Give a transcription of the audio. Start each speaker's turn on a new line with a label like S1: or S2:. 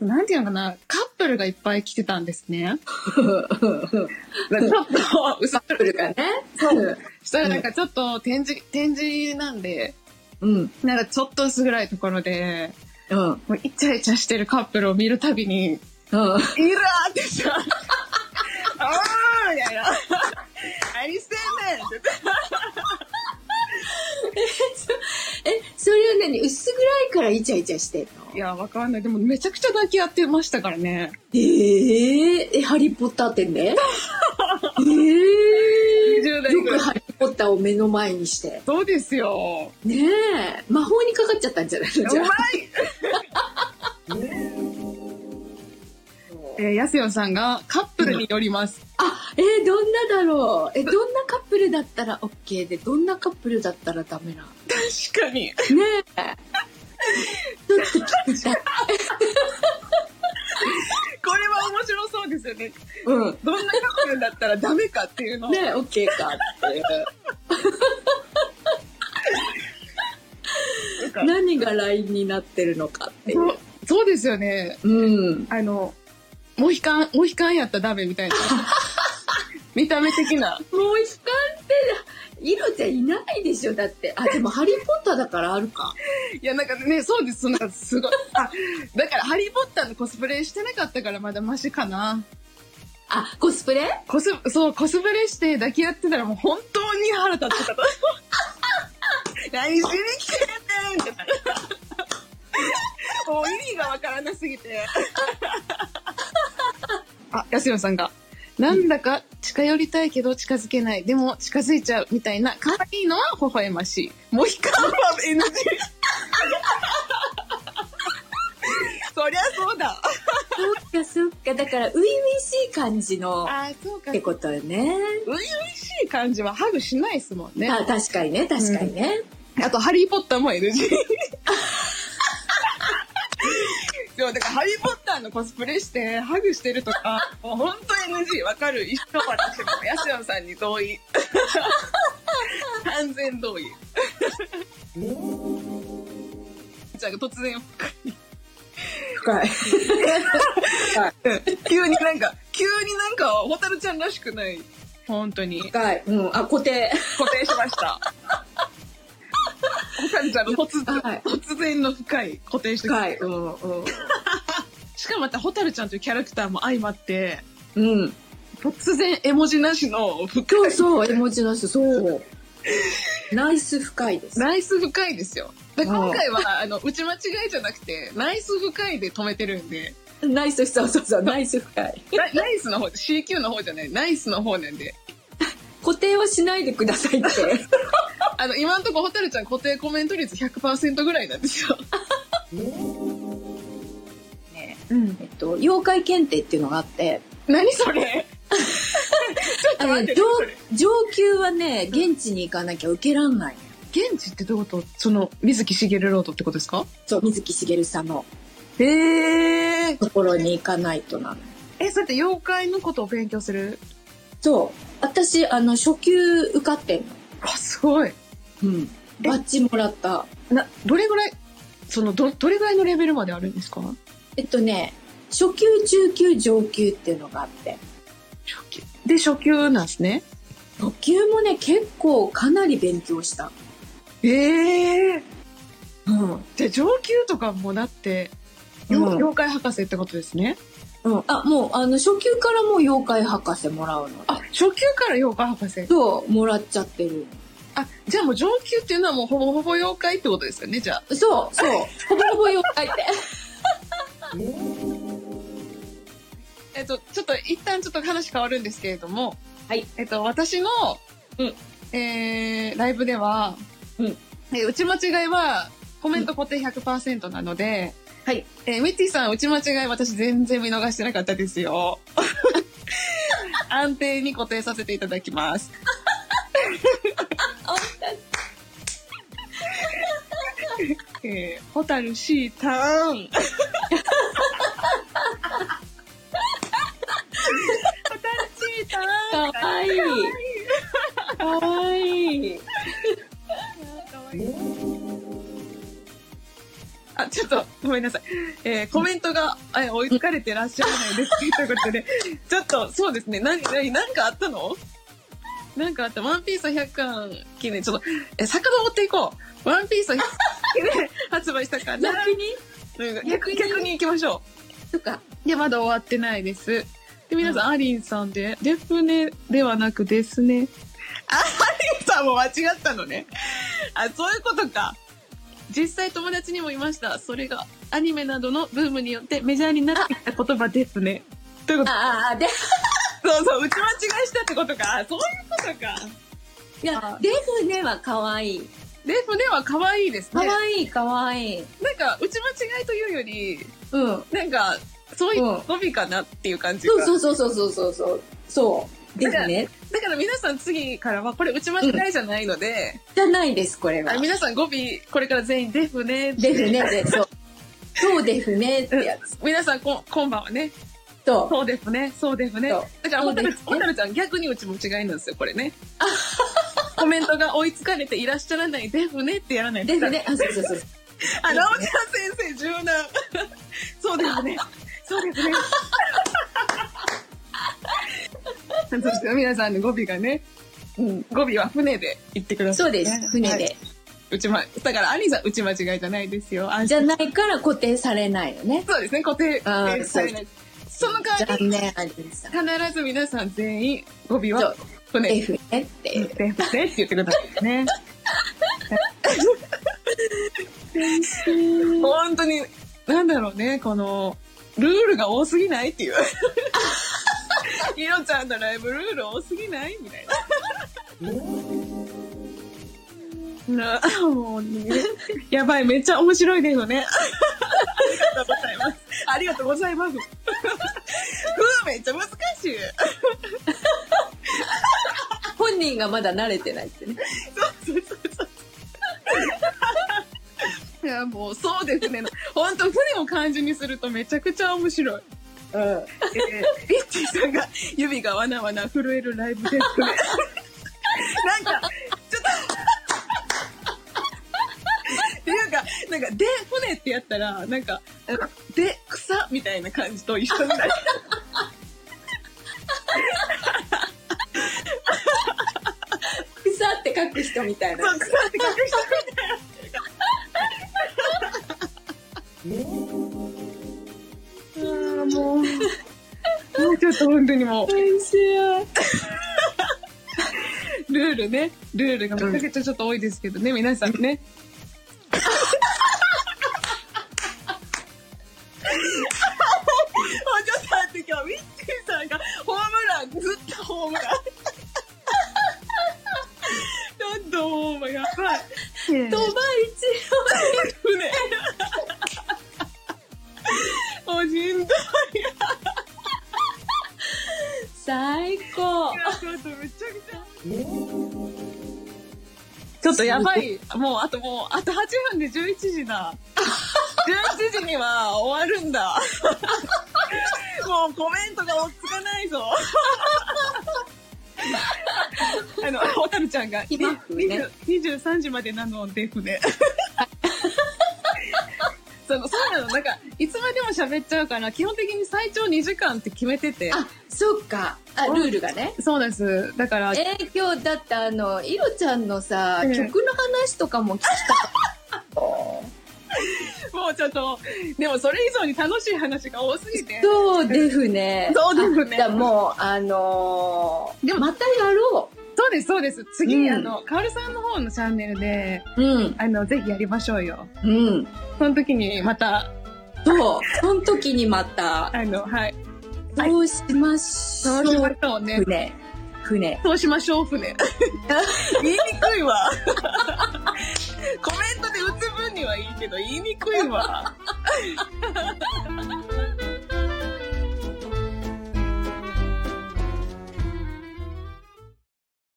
S1: なんていうのかな、カップルがいっぱい来てたんです ね。ちょっと、うさ
S2: 来るからね。そう。
S1: したらなんかちょっと展示、展示なんで、
S2: うん。
S1: なんかちょっと薄暗いところで、
S2: うん。う
S1: も
S2: ん。
S1: うイチャイチャしてるカップルを見るたびに、いるわーってさ、あーみたいな。何してんねんって。
S2: え、それは何薄暗いからイチャイチャしてんの
S1: いや、わかんない。でもめちゃくちゃ抱き合ってましたからね。
S2: えええ、ハリーポッター店 でええ
S1: 20代
S2: よ
S1: ぐらい
S2: くハリーポッターを目の前にして。
S1: そうですよ。
S2: ねえ、魔法にかかっちゃったんじゃないの
S1: う
S2: じゃ
S1: まい
S2: あ。
S1: えー、やすよさんがカップルによります。
S2: あ、 えーどんなだろうえ、どんなカップルだったら OK で、どんなカップルだったらダメ なの
S1: 確かに。
S2: ねえ。ちょっと聞きたい。
S1: これは面白そうですよね。
S2: うん。
S1: どんなカップルだったらダメかっていうのを。
S2: ねえ、OK かっていう。
S1: なんか
S2: 何がラインになってるのかってい。
S1: そううそうですよね。
S2: うん。
S1: あの、モヒカン、モヒカンやったらダメみ たいな。見た目的な。
S2: もう一貫って、イロちゃんいないでしょ、だって。あ、でもハリーポッターだからあるか。
S1: いや、なんかね、そうです。そんな、すごい。あ、だから、ハリーポッターのコスプレしてなかったからまだマシかな。
S2: あ、コスプレ
S1: コス、そう、コスプレして抱き合ってたらもう本当に腹立ってた。 何しに来てんねんってなる。もう意味がわからなすぎて。あ、安野さんが。なんだか近寄りたいけど近づけない。でも近づいちゃうみたいな可愛いのは微笑ましい。モヒカンは NG。そりゃそうだ。
S2: そっかそっか。だから、初々しい感じの、っ
S1: あ、そうか
S2: てことよね。
S1: 初々しい感じはハグしないですもんね。
S2: あ、確かにね、確かにね。
S1: あと、ハリー・ポッターも NG。でも、だから、ハリー・ポッターのコスプレして、ハグしてるとか、もう本当 NG、わかる。一緒私も、ヤシオンさんに同意。完全同意。じゃあ、突然、
S2: 深い。
S1: 急になんか、急になんか、ホタルちゃんらしくない。本当に。
S2: 深い。うん。あ、固定。
S1: 固定しま した。ホタルちゃんの突然、
S2: はい
S1: 突然の深い固定してくれ
S2: 深い。うん、うん。
S1: しかもまた、ホタルちゃんというキャラクターも相まって、
S2: うん。
S1: 突然絵文字なしの深
S2: そう
S1: い、
S2: そう、 絵文字の人、そう。ナイス深いです。
S1: ナイス深いですよ。で
S2: うん
S1: 今回は、あの、打ち間違いじゃなくて、ナイス深いで止めてるんで、
S2: ナイス、そうそうそう、ナイス深い。
S1: ナナイスの方、CQ の方じゃない、ナイスの方なんで、
S2: 固定はしないでくださいって。
S1: あの、今んとこホタルちゃん固定コメント率100%ぐらいなんですよ。
S2: うん。えっと、妖怪検定っていうのがあって、
S1: 何それ ちょっ
S2: あ
S1: と
S2: の
S1: 待っ
S2: ね
S1: て、
S2: 上
S1: 何それ
S2: 上級はね、現地に行かなきゃ受けらんないのよ。
S1: 現地ってどういうことその、水木しげるロードってことですか
S2: そう、水木しげるさんの
S1: へえ。
S2: ところに行かないとなの。
S1: え、そうやって妖怪のことを勉強する
S2: そう。私、あの、初級受かってんの。
S1: あ、すごい。
S2: うん。バッジもらった。
S1: な、どれぐらい、その、ど、どれぐらいのレベルまであるんですか
S2: えっとね、初級、中級、上級っていうのがあって。
S1: 初級。で、初級なんですね。
S2: 初級もね、結構かなり勉強した。
S1: ええ
S2: うん。
S1: じゃあ上級とかもだって、よ
S2: うん
S1: 妖怪博士ってことですね。
S2: うん。あ、もう、あの、初級からもう妖怪博士もらうの。
S1: あ、初級から妖怪博士。
S2: そう、もらっちゃってる。
S1: あ、じゃあもう上級っていうのはもうほぼほぼ妖怪ってことですよね、じゃあ。
S2: そう、そう。ほぼほぼ妖怪って。
S1: えっと、ちょっと一旦ちょっと話変わるんですけれども、
S2: はい。
S1: えっと、私の、えー、ライブでは、
S2: うん
S1: えー打ち間違いは、コメント固定100%なので、
S2: はい。
S1: えー、ミッティさん、打ち間違い私全然見逃してなかったです よ。安定に固定させていただきます。 えー、ホタルシーター ン。ホタルシーターン。
S2: かわいい。かわいい。
S1: あ、ちょっと、ごめんなさい。えーコメントが、え追いつかれてらっしゃらないです。ということで、ちょっと、そうですね。何、何、何かあったのなんかあった。ワンピース100巻記念、ちょっと、え、遡っていこう。ワンピース100巻記念発売したから、
S2: 逆に
S1: 逆逆に行きましょ
S2: とか、
S1: う。で、まだ終わってないです。で、皆さん、アリンさんで、デフネではなくですね。あアリンさんも間違ったのね。あ、そういうことか。実際友達にもいました。それが、アニメなどのブームによってメジャーになってきた言葉ですね。ということ
S2: ああ、で、
S1: そうそう、打ち間違いしたってことか。あそういうことか。
S2: いや
S1: あ、
S2: デフネは可愛い。
S1: デフネは可愛いです
S2: 可
S1: ね。
S2: 愛い、可愛い。
S1: なんか、打ち間違いというより、
S2: うん。
S1: なんか、そういう語尾かなっていう感じが。
S2: そうそうそうそうそうそう。そう。ですね。
S1: だから皆さん次からは、これ打ち間違いじゃないので、
S2: じゃないです、これは
S1: あ。皆さん語尾、これから全員デフね。
S2: デフネで、そう。そうデフネってやつ
S1: 皆さんこ、今晩はね、
S2: と、
S1: そうですね、そうですね
S2: そう。
S1: だから、
S2: そ
S1: ほ
S2: う
S1: た
S2: で
S1: る
S2: すね
S1: ほたるちゃん逆にうちも違いなんですよ、これ ね。コメントが追いつかれていらっしゃらない、デフねってやらない
S2: デフ。ネ、あ、そうそうそう。
S1: あ、なおちゃん先生、柔軟。 そうですね。そうですね。そして皆さんの語尾がね、うん、語尾は船で言ってください、
S2: そうです、船
S1: は
S2: で
S1: い。うちま、だから、アニさん、うち間違いじゃないですよ。安
S2: じ
S1: 心
S2: ゃないから固定されないよね。
S1: そうですね、固定。
S2: あー
S1: 固定されないその代わ
S2: 残
S1: り、
S2: 念、アリさん。
S1: 必ず皆さん全員、語尾
S2: そ
S1: は
S2: う
S1: 船
S2: デ
S1: で。
S2: フネっていう。
S1: で、でって言ってくださいね。本当に、なんだろうね、この、ルールが多すぎないっていう。ひろちゃんのライブルール多すぎないみたいな。なもうね、やばい、めっちゃ面白いですよね。ありがとうございます。ありがとうございます。ふう、めっちゃ難しい。
S2: 本人がまだ慣れてないってね。
S1: そうそうそう。 いや、もう、そうですね。本当船を漢字にするとめちゃくちゃ面白い。
S2: うん。
S1: えー、リッチーさんが指がわなわな震えるライブですね。なんか、ちょっと。っていうか、なんか、で、船ってやったら、なんか、で、草みたいな感じと一緒になる。
S2: 草って書く人みたいな。
S1: そう、草って隠してるみたいな。あー もう、もうちょっと本当にも
S2: 面白い。
S1: う、ルールね、ルールがめちゃくちゃちょっと多いですけどね、皆さんね。もうちょっと待って、今日、ミッチーさんがホームラン、ずっとホームラン。なんと、ホームやばい。
S2: 鳥羽一
S1: 船。おじんどい。
S2: 郎。最高。
S1: ちょっとめちゃくちゃ。ちょっとやばい。もう、あともう、あと8分で11時だ。11時には終わるんだ。もうコメントが落ち着かないぞ。あの、ホタルちゃんが、
S2: 今ね
S1: 20 23時までなので 船。その、そうなの、なんか、いつまでも喋っちゃうから、基本的に最長2時間って決めてて。
S2: あ、そっか。あ、ルールがね。
S1: そうです。だから、
S2: えー、今日だってあの、いろちゃんのさ、
S1: うん
S2: 曲の話とかも聞きた
S1: もうちょっと、でもそれ以上に楽しい話が多すぎて。
S2: そうですね。
S1: そうですね
S2: あじゃあもう、あのー、でもまたやろ
S1: そうです、そうです。次、
S2: うん
S1: あの、カオルさんの方のチャンネルで、
S2: う。うん。
S1: あの、ぜひやりましょうよ。
S2: うん。
S1: その時にまた、
S2: そう。その時にまた、
S1: あの、はい。はい
S2: どうしまし
S1: そう
S2: ょ。
S1: うしましょうね。
S2: 船。船。
S1: そうしましょう、船。 言いにくいわ。 コメントで打つ分にはいいけど、言いにくいわ。